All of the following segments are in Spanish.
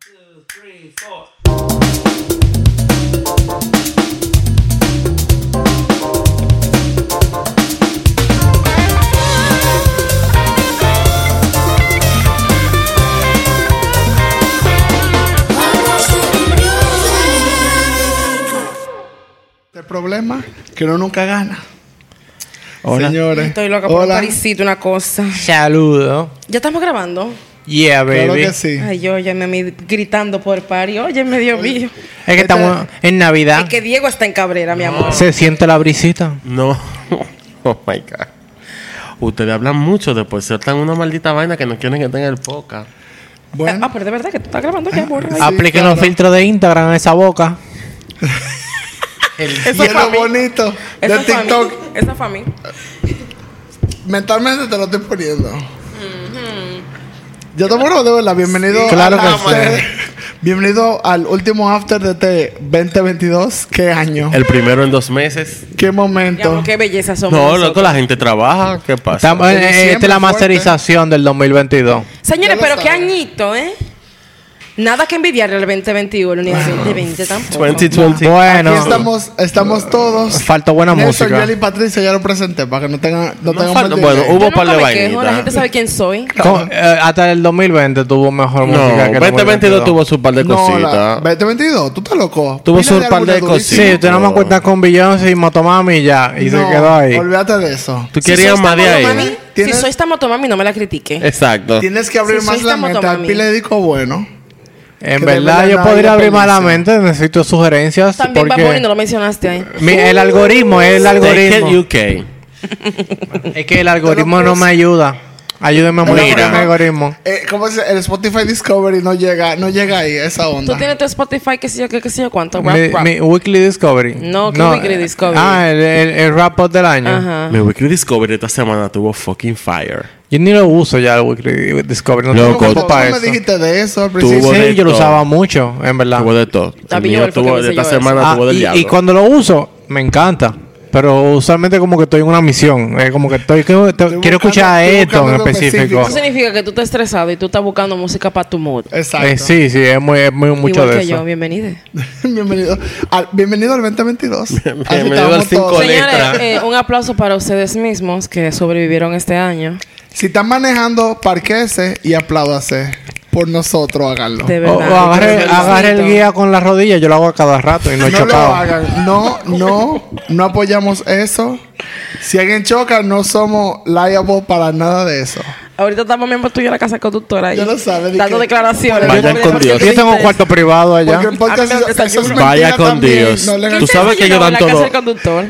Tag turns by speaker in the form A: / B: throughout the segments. A: two, three, four.
B: El problema que uno nunca gana.
C: Hola.
B: Señores.
D: Estoy loca por un
B: hola.
D: parisito, una cosa.
C: Saludo.
D: ¿Ya estamos grabando?
C: Yeah, baby.
B: Claro que sí.
D: Ay, óyeme, mi- gritando por el party. Óyeme, Dios mío.
C: Es que estamos en Navidad.
D: Es que Diego está en Cabrera, mi amor.
C: Se siente la brisita.
E: No. Oh my God. Ustedes hablan mucho, después sueltan una maldita vaina que no quieren que tenga el poca.
B: Bueno, Ah,
D: Ah, pero de verdad que tú estás grabando ya, amor. Ay,
C: Apliquen
B: claro.
C: los filtros de Instagram a esa boca.
D: Eso
B: y es
D: fue a
B: lo
D: mí.
B: bonito de
D: Eso fue a mí.
B: TikTok.
D: Eso fue a mí.
B: Mentalmente te lo estoy poniendo. Yo te pongo de verdad. Bienvenido,
C: Claro
B: al
C: que
B: after. Bienvenido al último after de este 2022. ¿Qué año?
E: El primero en dos meses.
B: ¿Qué
D: Mi amor,
B: momento?
D: qué belleza somos.
E: No,
D: nosotros.
E: loco, la gente trabaja. ¿Qué pasa?
C: Estamos, eh,
B: Como
C: eh,
B: siempre,
C: esta es la
B: fuerte.
C: masterización del 2022.
D: Señores,
B: Ya lo
D: pero qué
B: saben.
D: añito, ¿eh? Nada que envidiarle al 2021 ni al 2020 tampoco.
E: 2020.
B: Aquí
C: Bueno,
B: estamos, estamos todos.
C: Falta buena
B: Nelson,
C: música.
B: Yel y Patricia ya lo presenté para que no tengan no
E: No
B: tengan
E: falta-
B: mal día.
E: bueno, hubo
D: Yo
E: un par
D: nunca
E: de
D: me quejo, la
E: vainitas.
D: gente sabe quién soy.
C: con- eh, hasta el 2020 tuvo mejor
E: No,
C: música que el
E: 2022 tuvo
C: 2022.
E: su par de
B: No, la-
E: cositas.
B: 2022, tú estás loco.
E: Tuvo
B: Pila
E: su par de
B: álbumes durísimos.
E: cositas.
C: Sí,
E: Sí,
C: usted no me
E: no.
C: acuerdas con Beyoncé y Motomami y ya. Y se
B: No,
C: quedó ahí.
B: Olvídate de eso.
E: ¿Tú
D: Si
E: querías
D: soy
E: más de
D: esta
E: ahí?
D: motomami, Si
B: Tienes-
D: soy esta motomami, no me la critique.
E: Exacto.
B: Tienes que abrir
D: Sí,
B: más
D: soy
B: la
D: esta
B: mente.
D: motomami.
B: Al pile de disco bueno.
C: En
B: de
C: verdad,
B: verdad
C: yo
B: nadie
C: podría abrir
B: aprecia.
C: malamente. Necesito sugerencias.
D: También Bad Bunny, no
C: Porque
D: lo mencionaste ahí.
C: mi- el algoritmo es el
E: Take it
C: algoritmo.
E: UK.
C: Es que el algoritmo no me ayuda. Ayúdeme a
B: El
C: modificar mi
E: algoritmo-
C: algoritmo.
B: Eh, ¿Cómo se El Spotify Discovery no llega, no llega ahí, esa onda.
D: Tú tienes tu Spotify, qué sé yo, qué, qué sé yo, cuánto. Rap,
C: Mi,
D: rap.
C: mi Weekly Discovery.
D: No, ¿qué Weekly
C: eh,
D: Discovery?
C: Ah, el, el, el wrap up del año.
D: Ajá.
E: Mi Weekly Discovery esta semana tuvo fucking fire.
C: Yo ni lo uso ya el Weekly Discovery. No
E: Loco,
C: tengo
B: ¿Cómo
C: para
B: me
C: eso.
B: dijiste de eso al
C: Sí,
B: principio?
E: Tuvo de
C: yo lo
E: todo.
C: usaba mucho, en verdad.
E: Tuvo de todo. El
D: También yo,
E: mío
D: el fue que
E: tuvo
D: me
E: de esta
D: enseñó
E: semana
C: Ah,
E: tuvo del
C: y, y
E: diablo.
C: cuando lo uso, me encanta. Pero usualmente como que estoy en una misión. eh, como que estoy, que- te- quiero
B: buscando-
C: escuchar
B: estoy
C: esto en
B: buscando algo
C: específico.
B: específico.
D: Eso significa que tú estás estresado y tú estás buscando música para tu mood.
B: Exacto.
C: Eh, sí, sí, es muy, es muy mucho
D: Igual
C: de
D: que yo,
C: eso.
D: bienvenido.
B: bienvenido, al, bienvenido al 2022. Así
E: Bienvenido
B: estamos
E: al cinco
B: todos.
E: leyes.
D: Señores,
E: letra.
D: eh, un aplauso para ustedes mismos que sobrevivieron este año.
B: Si están manejando, parquese y apláudase. Por nosotros, háganlo.
D: De
C: O,
E: Oh,
D: verdad.
C: o agarre, agarre el
D: Felicito.
C: guía con la rodilla, yo lo hago a cada rato y no he
B: No lo
C: chocado.
B: hagan. No, no, no apoyamos eso. Si alguien choca, no somos liable para nada de eso.
D: Ahorita estamos miembros tuyos en la casa conductora.
B: Ya
D: y
B: lo sabes, di
D: Dando
B: que-
D: declaraciones.
E: Vayan con Dios.
C: Yo tengo un cuarto privado allá.
B: Porque el podcast
D: A mí me
B: es- eso es
D: encanta.
E: Vaya
B: mentira
E: con
B: también.
E: Dios.
B: No le
E: Tú
B: hagan-
E: sabes que ellos dan
D: la casa
E: todo.
D: del conductor.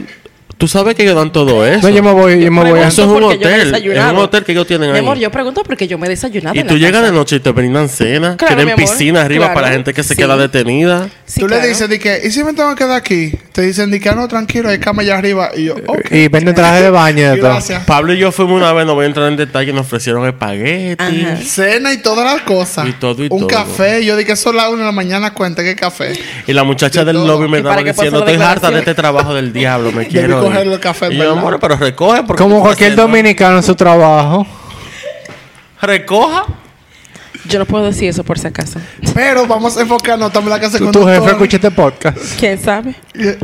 E: Tú sabes que ellos dan todo eso.
C: No, yo me voy, yo me voy. a-
E: Eso es un
D: porque yo no he
E: hotel, es un
D: desayunado.
E: hotel que ellos tienen
D: Mi
E: ahí.
D: amor, yo pregunto porque yo me he desayunado.
E: Y
D: en
E: tú
D: la
E: llegas
D: casa.
E: de noche y te brindan cena,
D: Claro,
E: tienen
D: mi amor,
E: piscina arriba
D: claro.
E: para gente que se
D: Sí.
E: queda detenida.
D: Sí,
B: tú
D: claro.
B: le dices, di que, ¿y si me tengo que quedar aquí? Te dicen, di que, "Ah, no, tranquilo, hay cama allá arriba. Y yo, ok.
C: Y venden traje de baño y de todo.
B: Gracias.
E: Pablo y yo fuimos una vez, no voy a entrar en detalle, nos ofrecieron espagueti.
D: Ajá.
B: Cena y todas las cosas.
E: Y todo, y
B: Un
E: todo.
B: café. Yo di que son las una de la mañana, cuenta que café.
E: Y la muchacha del
B: todo.
E: lobby me
D: Y para
E: estaba
D: que pase
E: diciendo,
D: la
E: estoy harta de
D: declaración".
E: este trabajo del diablo, me quiero ir".
B: coger los cafés,
E: Y yo,
B: ¿verdad?
E: amor, pero recoge. porque
C: Como
E: tú
C: cualquier
E: estás haciendo-
C: dominicano en su trabajo.
E: Recoja.
D: Yo no puedo decir eso por si acaso.
B: Pero vamos a enfocarnos también en la casa
C: Tu,
B: con
C: tu jefe escucha este podcast.
D: ¿Quién sabe?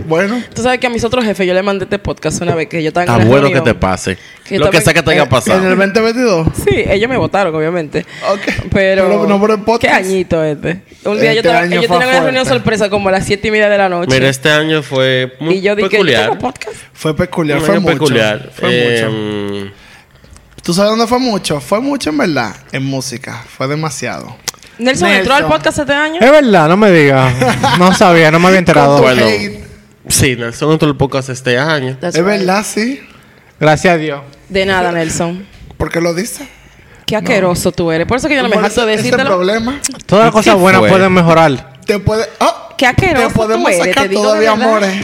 B: Bueno,
D: Tú sabes que a mis otros jefes yo le mandé este podcast una vez que yo estaba en
E: Está
D: una
E: bueno que
D: reunión.
E: te pase.
D: Que yo
E: Lo que
D: también-
E: sea que te haya
B: eh, en el
E: pasado.
B: 2022.
D: Sí, ellos me votaron, obviamente.
B: Ok.
D: Pero,
B: Pero no por el podcast.
D: Qué añito este. Un día
B: Este
D: yo estaba,
B: año
D: ellos
B: fue
D: tenían una reunión
B: fuerte.
D: sorpresa como a las siete y media de la noche.
E: Mira, este año fue muy
D: y yo dije,
E: peculiar.
D: ¿yo tengo podcast?
B: Fue peculiar,
E: Un
B: fue
E: año
B: mucho.
E: peculiar.
B: Fue
E: Eh,
B: mucho.
E: mm,
B: ¿Tú sabes dónde fue mucho? Fue mucho en verdad. En música. Fue demasiado.
D: Nelson, entró al
B: Nelson.
D: podcast este año.
C: Es verdad, no me digas. No sabía, no me había enterado.
E: Bueno.
B: Hate.
E: Sí, Nelson entró el podcast este año.
D: That's
B: Es
D: right.
B: verdad, sí.
C: Gracias a Dios.
D: De nada, Nelson.
B: Porque lo dice.
D: Qué asqueroso tú eres. Por eso que yo no me
B: Por
D: jacto
B: eso-
D: de
B: ese es el
D: decírtelo.
B: problema.
C: Todas las cosas buenas
E: fue?
C: pueden mejorar.
B: Te puede. ¡Ah!
D: Qué asqueroso
B: Te podemos
D: tú eres,
B: sacar
D: te digo
B: todavía,
D: de verdad.
B: amores.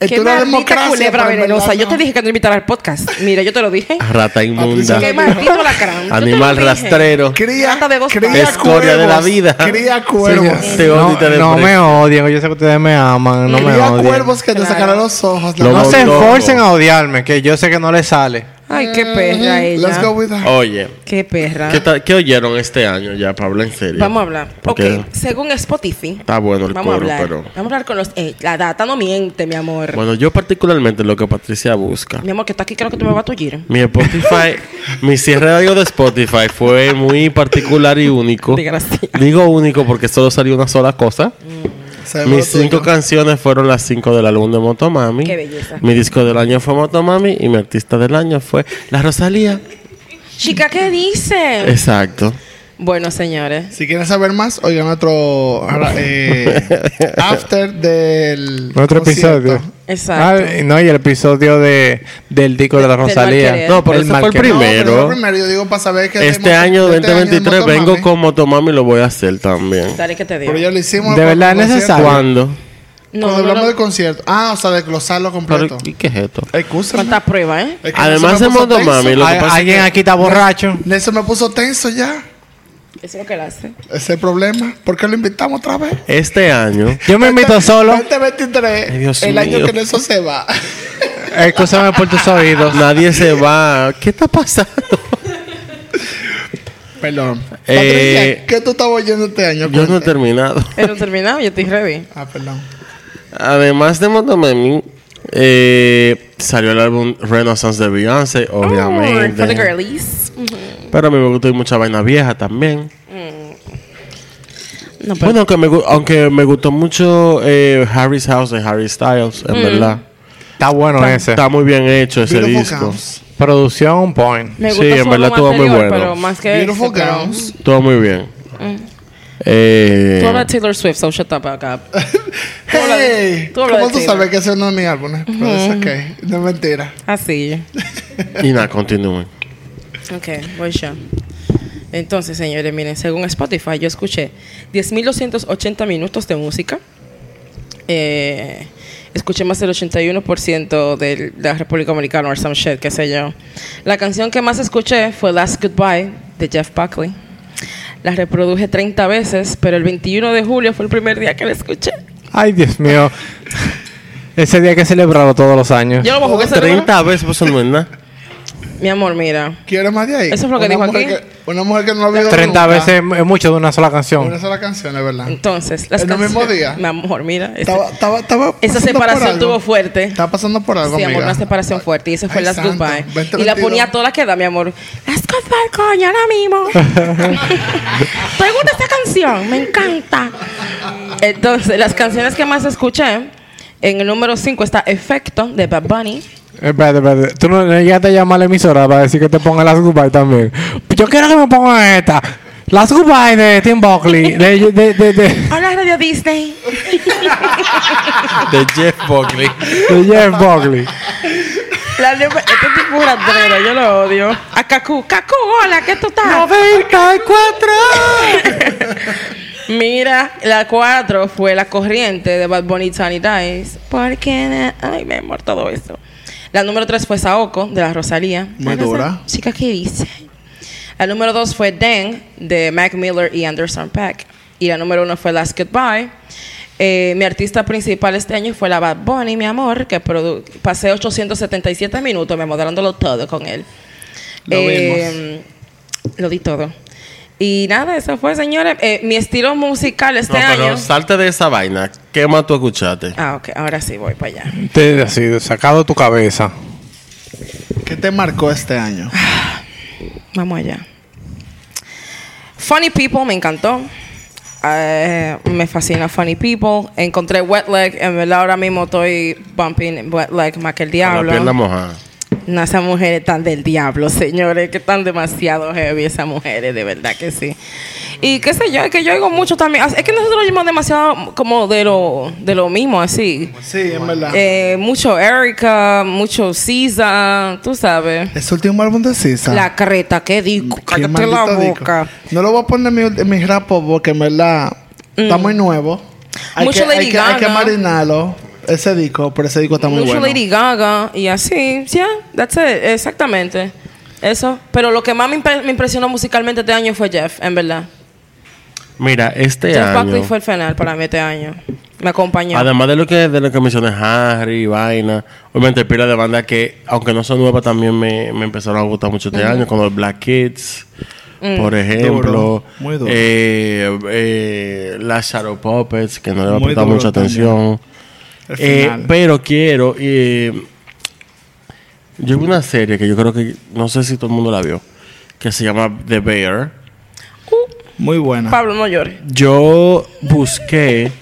D: Qué
B: Esto es una
D: maldita
B: democracia.
D: culebra
B: pero en
D: venenosa.
B: verdad
D: Yo te
B: no.
D: dije que no invitara al podcast. Mira, yo te lo dije.
E: Rata inmunda.
D: Qué maldito lacrán. Yo te lo
E: Ah, Animal
D: dije.
E: rastrero.
B: Cría,
D: Trata de dos
B: cría
D: patas.
E: Escoria de la
B: cuervos,
E: vida.
B: Cría
C: Señor,
B: cuervos.
E: Te odio y te
C: no no
E: desprecio.
C: me odien. Yo sé que ustedes me aman. No me
B: cría
C: odien.
B: cuervos que te
D: Claro.
B: sacarán los ojos. la
E: Lo
C: No
B: noche.
C: se
E: Loco.
C: esforcen a odiarme, que yo sé que no les sale.
D: Ay, qué perra ella.
B: Let's go with that.
E: Oye,
D: Qué perra.
E: ¿qué, ta- qué oyeron este año ya, Pablo? En serio.
D: Vamos a hablar.
E: Porque
D: Ok, según Spotify.
E: Está bueno el
D: vamos
E: coro,
D: a hablar.
E: pero-
D: Vamos a hablar con los. eh, la data no miente, mi amor.
E: Bueno, yo particularmente lo que Patricia busca.
D: Mi amor, que está aquí, creo que tú me vas a tullir.
E: Mi Spotify, mi cierre de audio de Spotify fue muy particular y único.
D: Desgracia.
E: Digo único porque solo salió una sola cosa.
B: Sabemos
E: Mis
B: lo tuyo.
E: cinco canciones fueron las cinco del álbum de Motomami.
D: Qué belleza.
E: Mi disco del año fue Motomami y mi artista del año fue La Rosalía.
D: Chica, ¿qué dice?
E: Exacto.
D: Bueno, señores.
B: Si quieren saber más, oigan otro ahora, eh, after del
C: Otro
B: concierto.
C: episodio.
D: Exacto.
C: Ah, y no, y el episodio de, del disco de la
D: Del
C: Rosalía.
D: Marqués.
E: No, pero
C: Del
E: ese fue el
C: Marqués.
B: No,
E: primero.
B: pero fue primero yo digo para saber que de
E: Este
B: Moto-
E: año
B: de este año de
E: 2023
B: Motomami.
E: vengo con Motomami y lo voy a hacer también.
D: Dale que te digo.
B: Pero ya lo hicimos.
C: De
B: con
C: verdad
B: el
C: es
B: concierto.
C: necesario.
E: ¿Cuándo?
D: No,
B: Cuando
D: no,
B: hablamos
D: no.
B: del concierto. Ah, o sea, desglosarlo completo.
E: Pero, ¿Y qué es esto?
B: Excusa.
D: Cuántas pruebas, ¿eh?
E: Además de Motomami, lo que
C: Al-
E: pasa es
C: Alguien
E: que-
C: aquí está borracho.
B: Nelson me puso tenso ya.
D: Eso es lo que él hace.
B: Ese es el problema. ¿Por qué lo invitamos otra vez?
E: Este año.
C: Yo me invito solo.
B: 2023.
E: Ay, Dios
B: el año
E: mío.
B: que Nelson se va.
C: Escúchame por tus oídos.
E: Nadie se va. ¿Qué está pasando?
B: Perdón.
E: Eh,
B: Patricia, ¿qué tú estabas oyendo este año?
E: Yo no he
B: Cuenta.
E: terminado.
D: Él no terminado, yo estoy ready.
B: Ah, perdón.
E: Además de Motomami, eh, salió el álbum Renaissance de Beyoncé,
D: Oh, For the
E: obviamente.
D: girlies.
E: pero a mí me gustó mucha vaina vieja también.
D: No, pero.
E: Bueno, aunque me, gu- aunque me gustó mucho eh, Harry's House de Harry Styles, en verdad.
C: Está bueno ese.
E: Está muy bien hecho ese
B: Beautiful
E: disco.
B: Gowns.
C: Producción point.
D: me
E: sí,
D: gusta
E: en
D: su
E: verdad
D: álbum
E: estuvo muy
D: anterior,
E: bueno.
D: Pero más que
B: Beautiful
D: ese, pero-
B: Gowns.
E: Todo muy bien. Eh,
D: Tú hablas de Taylor Swift, so shut the fuck up. hablas de-
B: Hey,
D: tú hablas
B: ¿Cómo
D: de
B: tú
D: Taylor.
B: sabes que ese es uno de mis álbumes? Pero es ok. No es mentira.
D: Así.
E: y nada, continúen.
D: Ok, voy yo. Entonces, señores, miren, según Spotify, yo escuché 10.280 minutos de música. Eh, escuché más del 81% del- de la República Dominicana, or some shit, qué sé yo. La canción que más escuché fue Last Goodbye de Jeff Buckley. La reproduje 30 veces, pero el 21 de julio fue el primer día que la escuché.
C: Ay, Dios mío. Ese día que he celebrado todos los años.
D: Yo no me jugué ese número.
E: 30 veces, pues eso no es nada.
D: Mi amor, mira.
B: ¿Quieres más de ahí?
D: Eso es lo que
B: Una
D: dijo
B: mujer
D: aquí.
B: que- una mujer que no ha visto
C: 30
B: nunca.
C: veces es mucho de una sola
B: Una
C: canción.
B: sola canción, es verdad.
D: Entonces, las
B: ¿En el mismo
D: canciones-
B: día?
D: Mi amor, mira. ese-
B: Estaba, estaba, estaba
D: Esa
B: pasando por
D: separación
B: algo.
D: tuvo fuerte.
B: Estaba pasando por algo,
D: Sí, amor,
B: amiga.
D: una separación fuerte. Y esa fue
B: Ay,
D: las
B: santo.
D: goodbye.
B: 20,
D: y la
B: 22.
D: ponía toda que da, mi amor. Las goodbye, coño, ahora mismo. ¿Te gusta esta canción? Me encanta. Entonces, las canciones que más escuché, en el número 5 está Efecto de Bad Bunny.
C: Eh, Espérate, espérate. Tú no, no llegaste a llamar a la emisora para decir que te ponga las goodbye también. Yo quiero que me pongan esta. Las goodbye de Tim Buckley. De, de, de, de, de
D: Hola, Radio Disney.
E: De Jeff Buckley.
C: Jeff Buckley.
D: La nube- este tipo es un ratero, yo lo odio. A Kaku. Kaku, hola, ¿qué tú estás?
C: 94.
D: Mira, la 4 fue la corriente de Bad Bunny Tiny Dice. Porque. na- Ay, me amor, todo eso. La número 3 fue Saoko, de la Rosalía.
B: Muy
D: Ay,
B: dura.
D: esa Chica, ¿qué dice? La número 2 fue Dan, de Mac Miller y Anderson Pack. Y la número 1 fue Last Goodbye. Eh, mi artista principal este año fue la Bad Bunny, mi amor, que produ- pasé 877 minutos memorándolo todo con él.
B: Lo
D: Em, Eh, Lo di todo. Y nada, eso fue, señores. Eh, mi estilo musical
E: No,
D: este
E: pero
D: año.
E: salte de esa vaina. ¿Qué más tú escuchaste?
D: Ah, ok, ahora sí voy para allá.
C: Te así, sacado tu cabeza.
B: ¿Qué te marcó este año?
D: Vamos allá. Funny People me encantó. Eh, me fascina Funny People. Encontré Wet Leg. En verdad, ahora mismo estoy bumping Wet Leg más que el
E: Con La pierna
D: diablo.
E: mojada.
D: No, esas mujeres están del diablo, señores. Que están demasiado heavy esas mujeres, de verdad que sí. Y qué sé yo, es que yo oigo mucho también. Es que nosotros oímos demasiado como de lo, de lo mismo, así.
B: Sí, en verdad.
D: Eh, mucho Erica, mucho Sisa, tú sabes.
B: ¿Es el último álbum de Sisa?
D: La carreta, qué disco,
B: Qué
D: cállate la
B: maldito disco.
D: boca.
B: No lo voy a poner en mi, mi rapo porque en verdad está muy nuevo. Hay
D: Mm. Mucho
B: que,
D: Lady
B: hay que, hay que
D: Gaga.
B: marinarlo. Ese disco, pero ese disco está muy
D: Mucho
B: bueno.
D: Lady Gaga y así. Yeah, that's it. Exactamente. Eso. Pero lo que más me, impre- me impresionó musicalmente este año fue Jeff, en verdad.
E: Mira, este
D: Jeff
E: año
D: Buckley fue el final para mí este año. Me acompañó.
E: Además de lo que de lo que mencioné, Harry, Vaina, obviamente pila de banda que, aunque no son nuevas, también me, me empezaron a gustar mucho este año, como los Black Kids,
D: Mm.
E: por ejemplo.
A: Duro, muy duro.
E: Eh, eh, las Shadow Puppets, que no le va a
A: Muy
E: prestar
A: duro
E: mucha
A: también.
E: atención.
A: El
E: Eh,
A: final.
E: pero quiero. eh, yo vi una serie que yo creo que. No sé si todo el mundo la vio. Que se llama The Bear.
A: Muy buena.
D: Uh, Pablo, no llores.
E: Yo busqué.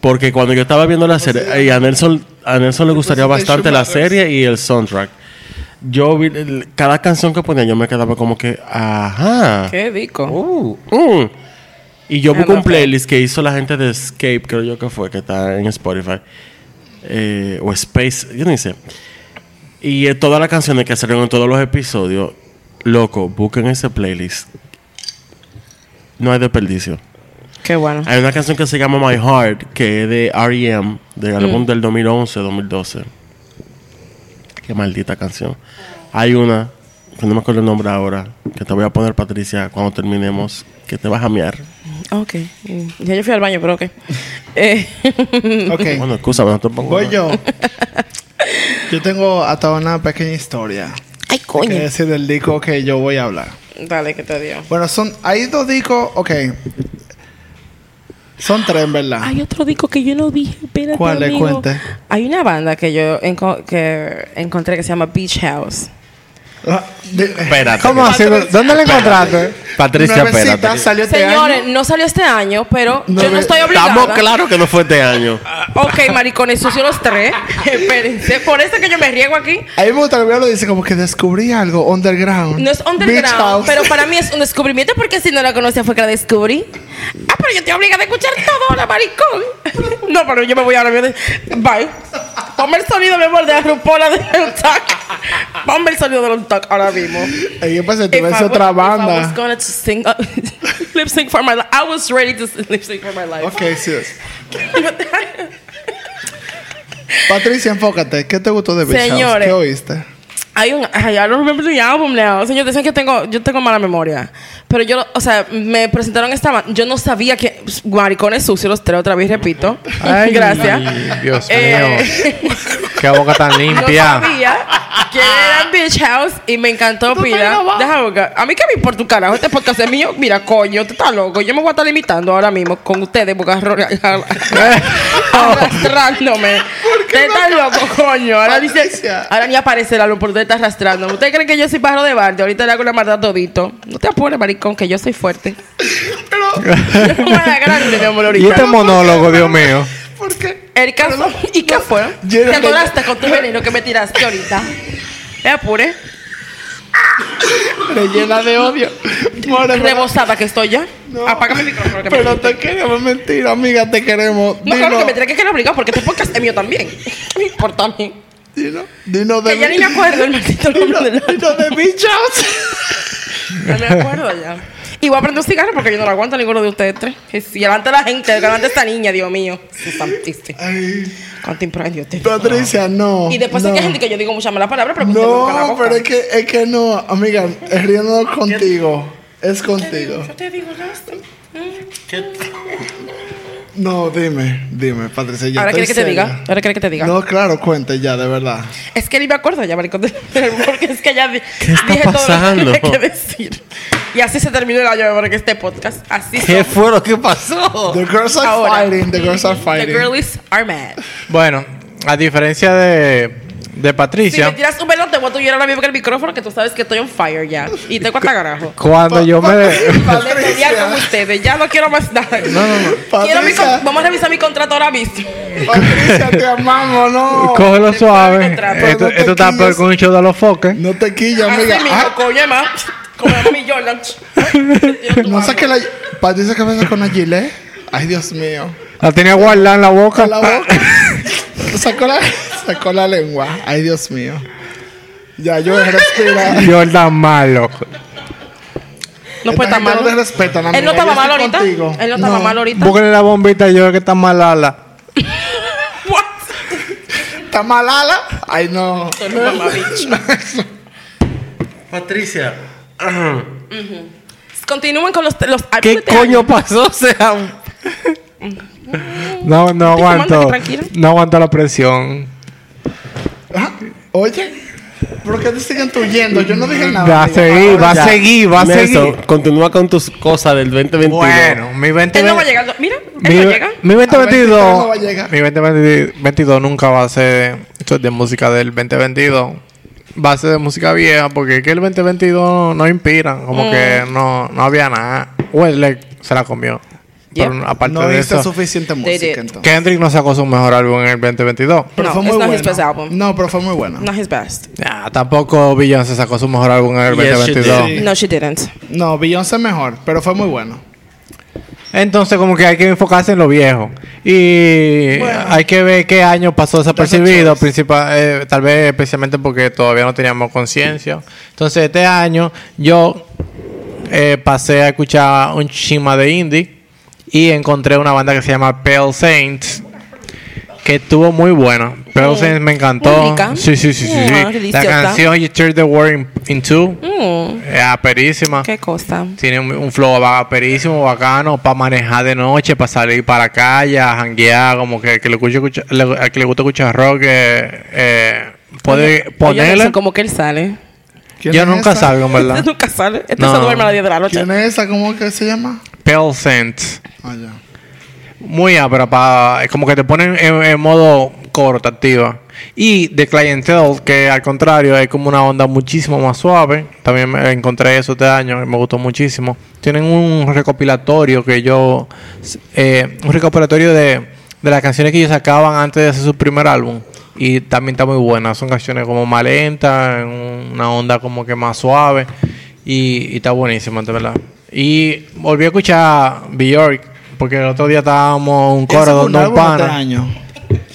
E: Porque cuando yo estaba viendo la serie. y a Nelson, a Nelson le gustaría bastante la serie y el soundtrack. Yo vi. el- Cada canción que ponía, yo me quedaba como que. Ajá.
D: Qué rico.
E: Uh, mm. Y yo
D: I
E: busco un
D: love
E: playlist que hizo la gente de Escape, creo yo que fue, que está en Spotify. Eh, o Space, yo ni sé. Y eh, todas las canciones que salieron en todos los episodios, loco, busquen ese playlist. No hay desperdicio.
D: Qué bueno.
E: Hay una canción que se llama My Heart, que es de R.E.M., del álbum del 2011-2012. Qué maldita canción. Hay una, que no me acuerdo el nombre ahora, que te voy a poner, Patricia, cuando terminemos, que te vas a mear.
D: Ok. Mm. Ya yo fui al baño, pero ok. Eh,
A: Ok,
E: Bueno, escúchame, Oh, no te pongo.
A: voy
E: nada.
A: yo. Yo tengo hasta una pequeña historia
D: Ay,
A: que
D: coño.
A: decir del disco que yo voy a hablar.
D: Dale, que te dio.
A: Bueno, son, hay dos discos, ok. Son tres, en verdad.
D: Hay otro disco que yo no dije. Espérate,
A: ¿Cuál le
D: amigo.
A: cuente?
D: Hay una banda que yo enco- que encontré que se llama Beach House.
A: Ah,
E: Espérate.
C: ¿Cómo así? ¿Dónde la encontraste?
E: Patricia,
B: Nuevecita,
E: espérate.
B: salió este
D: Señores,
B: año.
D: no salió este año, pero yo no
B: me-
D: estoy obligada.
E: Estamos claros que no fue este año.
D: Ok, maricones, sucio los tres. Espérense. Por eso es que yo me riego aquí.
B: A mí me gusta que el video lo dice como que descubrí algo underground.
D: No es
B: Beach
D: underground,
B: house.
D: pero para mí es un descubrimiento porque si no la conocía fue que la descubrí. Ah, pero yo te obligada a escuchar todo, la maricón. No, pero yo me voy ahora mismo. Bye. Ponme el sonido, mi amor, de la rupola de un tac. Ponme el sonido de un tac ahora mismo.
B: Ahí empecé, tú
D: If
B: ves
D: I
B: otra
D: was- if I
B: banda.
D: was gonna to sing, uh, lip sync for my life. I was ready to lip sync for my life.
A: Ok, sí. Patricia, enfócate. ¿Qué te gustó de Beach House?
D: Señores.
A: ¿Qué oíste?
D: Hay un. ay, I don't remember the album now. Señor, dicen que tengo. Yo tengo mala memoria. Pero yo, o sea, me presentaron esta. ma- Yo no sabía que. pues, Maricones sucios, los tres otra vez, repito.
C: Ay,
D: Gracias.
C: Dios
D: Eh,
C: mío. Qué boca tan
D: no
C: limpia.
D: sabía que
C: Ah.
D: era Beach House y me encantó pila. Déjame buscar. A mí que me importa tu carajo. Este podcast es mío. Mira, coño, tú estás loco. Yo me voy a estar limitando ahora mismo con ustedes porque arro- arrastrándome. Usted está loco, coño. Ahora dice,
A: Patricia.
D: ahora ni aparece la luz por usted está arrastrándome. ¿Usted cree que yo soy pájaro de barrio? Ahorita le hago la maldad todito. No te apures, maricón, que yo soy fuerte. Pero... Yo me la grande, mi amor,
C: Y
D: ahorita.
C: este monólogo, Dios mío.
A: ¿Por qué?
D: El caso. ¿Y qué fue?
B: Yo no
D: Te
B: tengo-
D: adoraste con tu veneno que me tiraste ahorita. Te apure.
B: Le llena de odio. More,
D: Rebosada que estoy ya. Apágame el micrófono. Que
B: pero
D: me...
B: te queremos mentir, amiga, te queremos.
D: No,
B: Dino,
D: claro que me tiene que quedar obligado porque este podcast es mío también. Me importa a mí.
B: dino, dino de
D: Que ya ni me acuerdo el maldito
B: Dino,
D: nombre del
B: dino de Beach House.
D: No me acuerdo ya. Y voy a prender un cigarro porque yo no lo aguanto a ninguno de ustedes tres. Que Si delante de la gente, delante de esta niña, Dios mío. Su santísimo.
B: Ay,
D: Cuánto impropio te.
B: Patricia, no.
D: Y después
B: no.
D: hay que gente que yo digo muchas malas palabras, pero que usted nunca la
B: No,
D: boca.
B: pero es que, es que no, amiga, es riéndonos contigo. Es contigo.
D: Yo te digo, no.
B: No, dime, dime, Patricia. Yo
D: Ahora
B: estoy
D: quiere que te
B: seria.
D: diga. Ahora quiere que te diga.
B: No, claro, cuente ya, de verdad.
D: Es que ni me acuerdo ya, maricón. del- Porque es que ya di-
E: ¿Qué está
D: dije todo lo
E: pasando?
D: que tenía que decir. Y así se terminó el año porque este podcast. Así son.
E: ¿Qué fue lo que pasó?
B: The girls are
D: Ahora.
B: fighting, the girls are
D: The
B: fighting.
D: girlies are mad.
C: Bueno, a diferencia de, de
D: Si me
C: Patricia,
D: tiras un velón, te voy a tuyar ahora mismo que el micrófono que tú sabes que estoy on fire ya. Y tengo hasta carajo.
C: cuando yo me...
D: De pelear con ustedes. Ya no quiero más nada. Quiero mi con-
B: Patricia,
D: Vamos a revisar mi contrato ahora mismo.
B: Patricia, te amamos, no.
C: Cógelo
D: te
C: suave.
D: puedo contratar.
C: Esto,
B: No te
C: esto está
B: quilles.
C: peor que un show de los foques.
B: No te quilla,
D: Así
B: amiga.
D: mismo,
B: Ah,
D: coño, más. Como mi Jordan.
B: no saques la. Patricia, ¿qué pasa con la Gillette? Ay, Dios mío.
C: La tenía guardada en la boca.
B: Con la boca. sacó, la, sacó la lengua. Ay, Dios mío. Ya, yo respira.
C: Jordan malo.
D: No puede estar
B: No te
D: malo.
B: respetan, amiga.
D: Él no
B: yo
D: estaba
B: estoy
D: mal ahorita.
B: contigo.
D: Él no estaba mal ahorita.
C: Búsquenle la bombita yo que está malala.
D: What?
B: ¿Está malala? Ay, no.
D: Tú eres un mamabicho.
E: Patricia.
D: Continúen con los... los
C: ¿Qué coño pasó? O sea, No, no
D: Estoy tomando,
C: aguanto.
D: tranquila.
C: No aguanto la presión.
B: Ah, Oye, ¿por qué te siguen tuyendo? Yo no dije nada.
C: Va a
B: Digo,
C: seguir, va a
E: Ya.
C: seguir, va a
E: Nelson,
C: seguir.
E: Continúa con tus cosas del 2021.
C: Bueno, mi 20
D: Él no va a llegar. Mira,
C: Mi,
D: él no llega.
C: mi
B: Al 23 no
C: 2022
B: va a llegar.
C: Mi 2022 nunca va a ser esto es de música del 2022. Va a ser de música vieja porque es que el 2022 no inspira. Como que
D: Mm.
C: no, no había nada. Wesley se la comió.
D: Yep.
C: Pero aparte
B: No
C: de
B: diste
C: eso,
B: suficiente
D: They did.
B: música entonces.
C: Kendrick no sacó su mejor álbum en el 2022.
D: No, it's not his best album.
B: No, pero fue muy bueno.
D: Not his best.
C: Nah, tampoco Beyoncé sacó su mejor álbum en el
E: Yes, she
C: 2022.
E: did.
D: No, she didn't.
B: No, Beyoncé mejor, pero fue muy bueno.
C: Entonces, como que hay que enfocarse en lo viejo. Y hay que ver qué año pasó desapercibido, principal, eh, tal vez especialmente porque todavía no teníamos conciencia. Entonces, este año yo eh, pasé a escuchar un chima de indie y encontré una banda que se llama Pale Saints. Que estuvo muy buena. Pale
D: Mm.
C: Saints me
D: Muy
C: encantó.
D: rica.
C: Sí, sí, sí, sí. sí.
D: Ah, deliciosa.
C: La canción You Turn the World in, in Two.
D: Mm,
C: Es aperísima.
D: qué cosa.
C: Tiene un, un flow ba- perísimo, bacano, para manejar de noche, para salir para calle, a janguear, como que, que le escuche, escucha- le- al que le gusta escuchar rock, eh, eh, puede
D: Oye,
C: ponerle.
D: Nelson, como que él sale.
B: ¿Quién
C: Yo
B: es
C: nunca
B: esa?
C: salgo, en
D: Él
C: ¿verdad?
D: nunca sale. Este
C: No.
D: se duerme a las 10 de la noche.
B: ¿Quién es esa? ¿Cómo que se llama?
C: Pale Scent.
B: Ah, ya.
C: Muy ápera, pa- es como que te ponen en, en modo coro, te activa. Y The Clientele, que al contrario es como una onda muchísimo más suave. También me encontré eso este año y me gustó muchísimo. Tienen un recopilatorio que yo. eh, un recopilatorio de, de las canciones que ellos sacaban antes de hacer su primer álbum. Y también está muy buena. Son canciones como más lentas, en una onda como que más suave. Y, y está buenísimo, de verdad. Y volví a escuchar Bjork, porque el otro día estábamos en un
B: Ese
C: coro
B: fue
C: donde un
B: álbum este
C: pana.
B: año.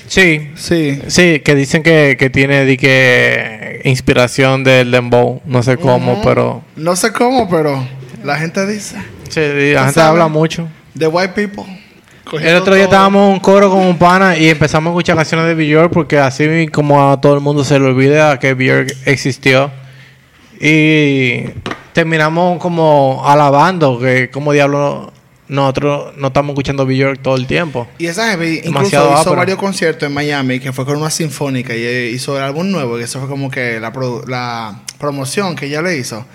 C: Sí,
B: Sí.
C: sí, que dicen que, que tiene di que inspiración del Dembow. No sé cómo, pero.
B: No sé cómo, pero la gente dice.
C: Sí, la gente
B: sabe.
C: habla mucho.
B: The White People.
C: El otro día estábamos en un coro con un pana y empezamos a escuchar canciones de Bjork porque así como a todo el mundo se le olvida que Bjork existió. Y terminamos como alabando que como diablo nosotros no estamos escuchando Bjork todo el tiempo.
B: Y esa heavy incluso
C: Demasiado
B: hizo
C: ópera.
B: varios conciertos en Miami que fue con una sinfónica y eh, hizo el álbum nuevo y eso fue como que la, produ- la promoción que ella le hizo.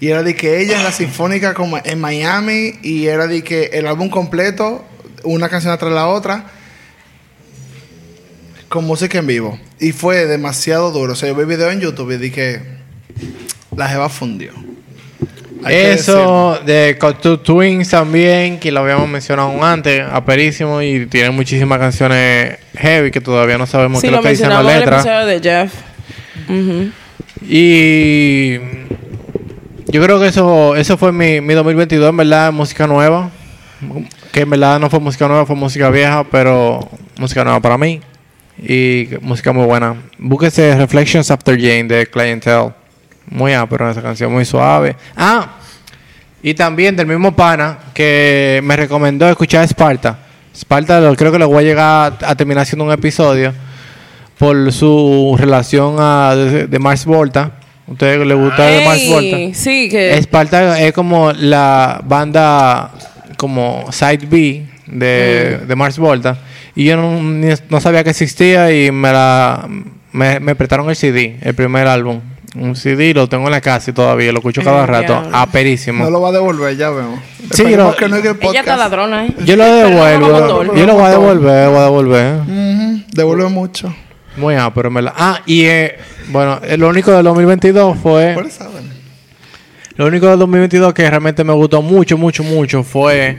B: Y era de que ella en la sinfónica como en Miami y era de que el álbum completo, una canción tras la otra, con música en vivo. Y fue demasiado duro. O sea, yo vi video en YouTube y dije, la jeva fundió. Hay que decirlo.
C: Eso de Cocteau Twins también, que lo habíamos mencionado antes, aperísimo y tiene muchísimas canciones heavy que todavía no sabemos qué
D: Sí,
C: es
D: lo
C: lo que dicen la
D: mencionamos en el
C: letra.
D: episodio de Jeff. Ujú.
C: Y yo creo que eso, eso fue mi, mi 2022, en verdad, música nueva. Que en verdad no fue música nueva, fue música vieja, pero música nueva para mí. Y música muy buena. Búsquese Reflections After Jane de Clientele. Muy pero esa canción, muy suave. Ah, y también del mismo pana que me recomendó escuchar Sparta. Sparta lo- creo que lo voy a llegar a terminar haciendo un episodio por su relación a de, de Mars Volta. ¿A ustedes les gusta de Mars Volta?
D: Ey, sí, que
C: Sparta es como la banda como Side B de,
D: Mm.
C: de Mars Volta. Y yo no, ni- no sabía que existía y me la me, me prestaron el CD, el primer álbum. Un CD lo tengo en la casa y todavía lo escucho cada
D: Ay,
C: rato.
D: Ah, diablo.
C: Aperísimo.
B: No lo va a devolver, ya vemos.
C: Sí,
B: Esperemos
C: no.
B: que no llegue el
D: ella está
B: podcast.
D: ladrona, ¿eh?
C: Yo lo
D: Pero no
C: devuelvo.
D: como
C: yo lo voy a
D: todo.
C: devolver, voy a devolver.
B: Ujú, Devuelve mucho.
C: Muy ah, pero me la. Ah, y eh, bueno, eh, lo único del 2022 fue.
B: ¿Cuáles saben?
C: Lo único del 2022 que realmente me gustó mucho, mucho, mucho fue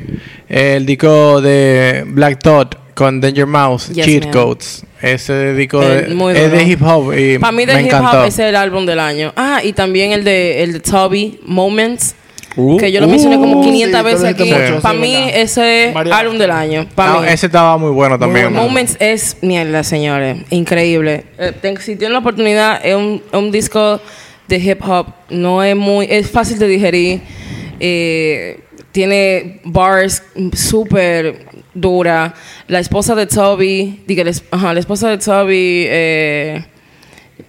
C: el disco de Black Thought con Danger Mouse,
D: Yes,
C: Cheat
D: ma'am.
C: Codes. Ese disco
D: Eh,
C: de-
D: muy
C: es
D: duro.
C: de hip hop y
D: Para
C: me
D: mí, de hip
C: encantó.
D: hop ese es el álbum del año. Ah, y también el de, el de Toby, Moments.
E: Uh.
D: que yo lo mencioné como
B: Uh, sí,
D: 500
B: tú
D: veces
B: lo dijiste
D: aquí.
C: mucho,
D: Para
B: sí,
D: mí,
B: verdad.
D: ese es
B: María.
D: álbum del año. Para
C: No,
D: mí.
C: Ah, ese estaba muy bueno también.
B: bueno.
D: Moments es mierda, señores. Increíble. Eh, ten- si tienen la oportunidad, es un, es un disco de hip hop. No es muy. Es fácil de digerir. Eh, tiene bars súper dura. La esposa de Toby. Diga, la, es- ajá, la esposa de Toby. eh,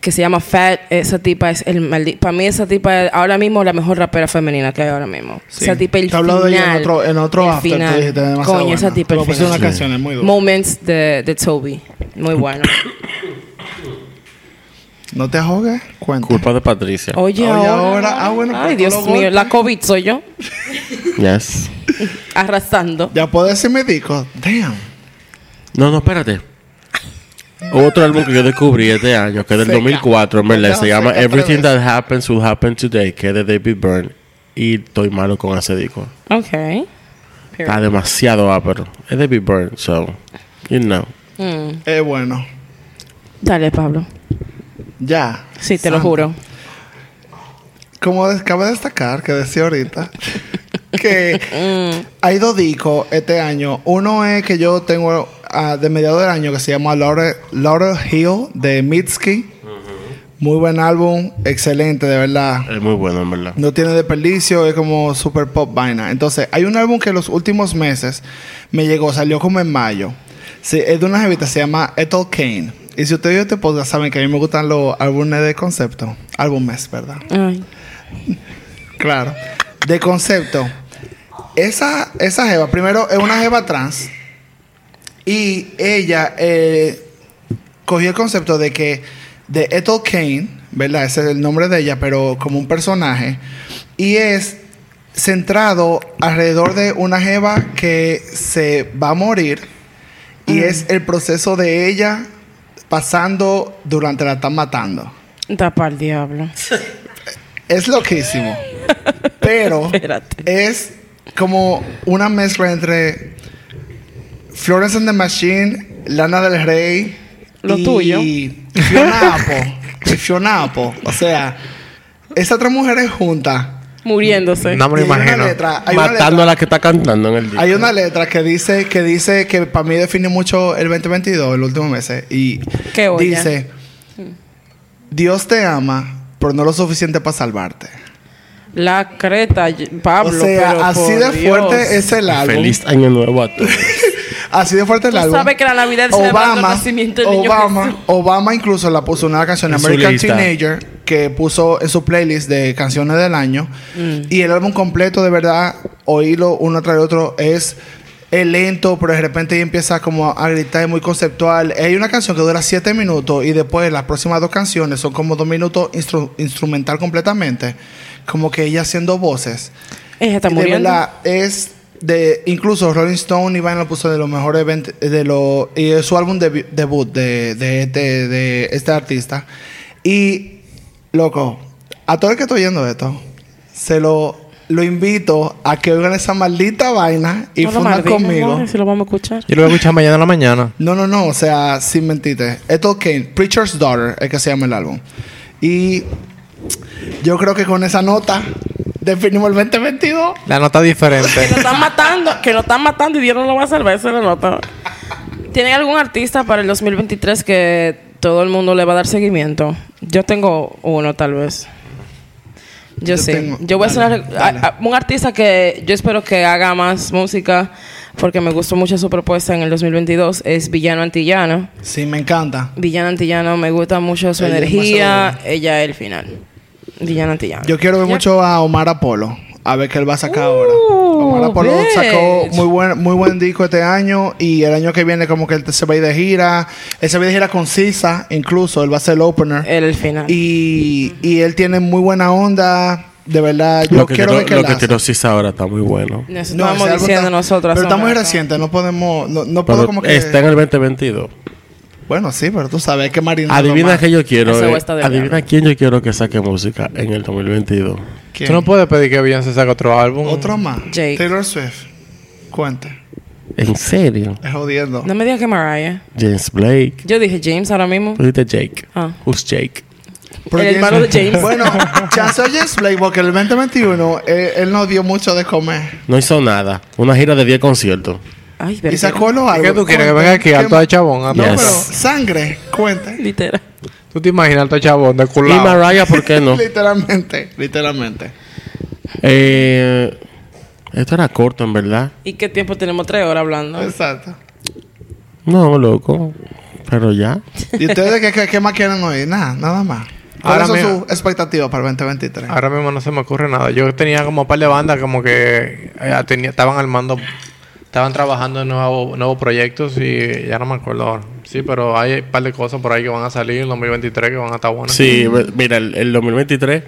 D: que se llama Fat. Esa tipa es el maldito. Para mí, esa tipa es ahora mismo la mejor rapera femenina que hay ahora mismo.
B: Sí.
D: Esa tipa el
B: Te hablaba de ella en
D: final,
B: otro- en otro
D: el
B: after, tú
D: final.
B: dijiste, demasiado
D: Coño,
B: buena.
D: esa tipa el
B: Como pusieron
D: final.
B: una canción, es muy dura.
D: Moments de, de Toby. Muy bueno.
B: No te ahogues, cuenta.
E: Culpa de Patricia.
D: Oye,
B: Oye,
D: ahora.
B: ahora- ah, bueno,
D: Ay,
B: pero
D: Dios
B: no lo
D: mío.
B: golpes.
D: La COVID soy yo.
E: Yes.
D: Arrasando.
B: Ya puedo decirme disco. Damn.
E: No, no, espérate. Hubo Otro álbum que yo descubrí este año, que es del 2004, en verdad, se llama Everything That Happens Will Happen Today, que es de David Byrne. Y estoy malo con ese disco.
D: Ok.
E: Está demasiado ápero. Es David Byrne, so, you know.
D: Mm.
B: Es Eh, bueno.
D: Dale, Pablo.
B: Ya.
D: Sí, te lo
B: Santo.
D: juro.
B: Como de- acabo de destacar, que decía ahorita, que hay dos discos este año. Uno es que yo tengo ah, de mediados del año que se llama Laurel, Laurel Hill de Mitski. Muy buen álbum, excelente, de verdad.
E: Es muy bueno, en verdad.
B: No tiene desperdicio, es como super pop vaina. Entonces, hay un álbum que en los últimos meses me llegó, salió como en mayo. Sí, es de una jevita, se llama Ethel Kane. Y si ustedes vio este podcast, saben que a mí me gustan los álbumes de concepto. Álbumes, ¿verdad?
D: Ay.
B: Claro. De concepto. Esa, esa jeva, primero, es una jeva trans. Y ella eh, cogió el concepto de que de Ethel Kane, ¿verdad? Ese es el nombre de ella, pero como un personaje. Y es centrado alrededor de una jeva que se va a morir. Y es el proceso de ella pasando durante la están matando.
D: Da el diablo.
B: Es loquísimo. Pero
D: Espérate.
B: es como una mezcla entre Florence and the Machine, Lana del Rey
D: Lo tuyo.
B: y Fiona Apple. Y Fiona Apple. O sea, esas tres mujeres juntas.
D: Muriéndose.
C: No me lo
B: Y hay una
C: imagino.
B: letra- hay una
E: Matando
B: letra-
E: a la que está cantando en el disco.
B: hay una letra que dice que dice que para mí define mucho el 2022, el último mes. eh, Y
D: Qué olla.
B: dice: Dios te ama, pero no lo suficiente para salvarte.
D: La creta, y- Pablo.
B: o sea,
D: pero
B: así
D: por
B: de
D: Dios.
B: fuerte es el álbum.
E: Feliz año nuevo a todos.
B: Así de fuerte el
D: Tú
B: álbum.
D: sabes que la Navidad es celebrando el nacimiento del niño Jesús.
B: Obama, Obama incluso la puso en una canción
E: En su
B: American
E: lista.
B: Teenager que puso en su playlist de canciones del año
D: Mm.
B: y el álbum completo de verdad oírlo uno tras otro es es lento, pero de repente empieza como a gritar, es muy conceptual. Hay una canción que dura siete minutos y después las próximas dos canciones son como dos minutos instru- instrumental completamente. Como que ella haciendo voces.
D: Ella está
B: Y
D: muriendo.
B: De verdad, es de incluso Rolling Stone Iván lo puso de los mejores 20 de lo y es su álbum debu- debut de, de, de- de este artista. Y loco, a todo el que estoy oyendo esto, se lo lo invito a que oigan esa maldita vaina y
D: No lo
B: fundan
D: maldigas,
B: conmigo.
D: amores, Si lo vamos a escuchar.
C: Yo lo voy a escuchar mañana en la mañana.
B: No, no, no, o sea, sin mentirte. Esto Kane, Preacher's Daughter, es que se llama el álbum. Y yo creo que con esa nota definimos el 2022.
C: La nota
D: Que
C: diferente.
D: lo están matando, que lo están matando y Dios no lo va a salvar, se lo nota. ¿Tienen algún artista para el 2023 que todo el mundo le va a dar seguimiento? Yo tengo uno, tal vez. Yo,
B: Yo
D: sí.
B: tengo-
D: yo voy a
B: dale,
D: hacer a- a- un artista que yo espero que haga más música porque me gustó mucho su propuesta en el 2022. Es Villano Antillano.
B: Sí, me encanta.
D: Villano Antillano me gusta mucho su
B: Ella es
D: energía.
B: demasiado
D: Ella es el final. Villano Antillano.
B: Yo quiero ver
D: Ya.
B: mucho a Omar Apolo. A ver qué él va a sacar ahora.
D: Uh,
B: Omar Apolo
D: bitch.
B: sacó muy buen, muy buen disco este año. Y el año que viene, como que él se va a ir de gira. Él se va a ir de gira con Sisa, incluso. Él va a ser el opener.
D: Él el final.
B: Y, y él tiene muy buena onda. De verdad, yo
E: lo que
B: quiero
E: tiró,
B: ver qué
E: lo
B: él
E: que
B: hace.
E: tiró Sisa ahora está muy bueno.
D: Nos
B: No,
D: estamos
B: ese álbum
D: diciendo
B: está-
D: nosotros.
B: Pero está muy
D: ahora.
B: reciente, no podemos. No, no puedo
E: Pero
B: como que.
E: está en el 2022.
B: Bueno, sí, pero tú sabes que Marina.
E: Adivina que yo quiero.
D: Ese
E: eh,
D: güey está del
E: adivina
D: diablo.
E: quién yo quiero que saque música en el 2022.
C: Tú no puedes pedir que Beyoncé saque otro álbum.
B: Otro más.
D: Jake.
B: Taylor Swift. Cuente.
E: ¿En serio?
B: Es jodiendo.
D: No me digas que Mariah.
E: James Blake.
D: Yo dije James ahora mismo.
E: Tú dijiste Jake.
D: Ah.
E: Who's Jake?
B: Pero
D: El hermano de James.
B: Bueno, chance a James Blake porque el 2021 él, él no dio mucho de comer.
E: No hizo nada. Una gira de 10 conciertos.
D: Ay,
B: Y
D: verdad.
B: sacó los
C: ¿Y
B: álbumes.
C: ¿Qué tú quieres? Que
B: Cuenta.
C: venga aquí
B: ¿Qué
C: alto
B: más?
C: de chabón.
B: No,
C: alto?
E: Yes.
B: pero sangre, cuenta.
D: Literal.
C: ¿Tú te imaginas alto de chabón de
E: Y
C: culado?
E: Mariah, ¿por qué no?
B: literalmente, literalmente.
E: Eh, esto era corto, en verdad.
D: ¿Y qué tiempo tenemos? Tres horas hablando.
B: Exacto.
E: No, loco. Pero ya.
B: ¿Y ustedes qué, qué- qué más quieren oír? Nada, nada más. ¿Cuáles
C: Ahora
B: son
C: mismo-
B: sus expectativas para el 2023?
E: Ah,
C: Ahora mismo no se me ocurre nada. Yo tenía como un par de bandas como que eh, tenía- estaban armando, estaban trabajando en nuevo- nuevos proyectos y ya no me acuerdo ahora. Sí, pero hay un par de cosas por ahí que van a salir en 2023 que van a estar buenas.
E: Sí, ve- mira, el, el 2023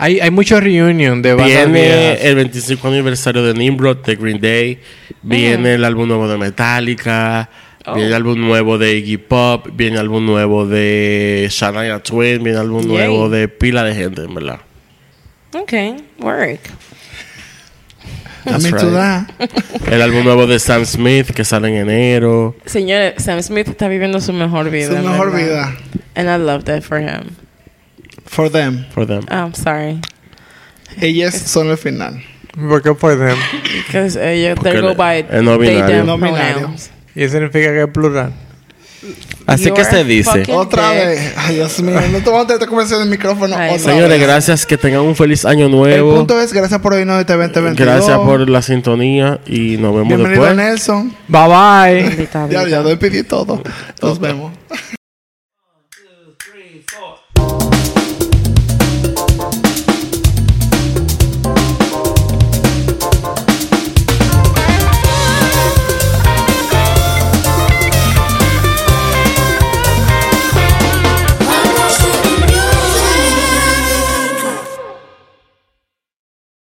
C: Hay, hay muchos reunion de bandas
E: viene
C: viejas.
E: el 25 aniversario de Nimrod, de Green Day. Viene
D: Mm.
E: el álbum nuevo de Metallica.
D: Oh.
E: Viene el álbum nuevo de Iggy Pop. Viene el álbum nuevo de Shania Twain. Viene el álbum
D: Yay.
E: nuevo de pila de gente, en verdad.
D: Ok, work.
B: A mí
E: That's
B: tú
E: right.
B: da.
E: El álbum nuevo de Sam Smith que sale en enero.
D: Señores, Sam Smith está viviendo su mejor vida.
B: Su
D: en
B: mejor
D: verdad.
B: vida.
D: And I love that for him.
B: For them.
E: For them.
D: I'm sorry.
B: Ellas son el final.
C: ¿Por qué pueden?
D: Because uh, yeah,
E: Porque
D: they go
E: el-
D: by
E: el no
D: they,
E: binario.
D: them
B: No binario.
D: pronouns.
C: Y significa que es plural.
E: Así que
D: You're
E: se dice.
D: fucking- Qué
B: Otra
D: dick.
B: vez. Ay, Dios mío. No te voy a tener esta conversación del micrófono.
D: Ay,
B: otra
E: Señores,
B: vez.
E: gracias. Que tengan un feliz año
B: El
E: nuevo.
B: punto es, gracias por oírnos este 2022.
E: Gracias por la sintonía y nos vemos
B: Bienvenido
E: después.
B: Nelson.
C: Bye bye.
D: Bendita
B: Ya,
D: vida.
B: ya despedí todo. Nos vemos.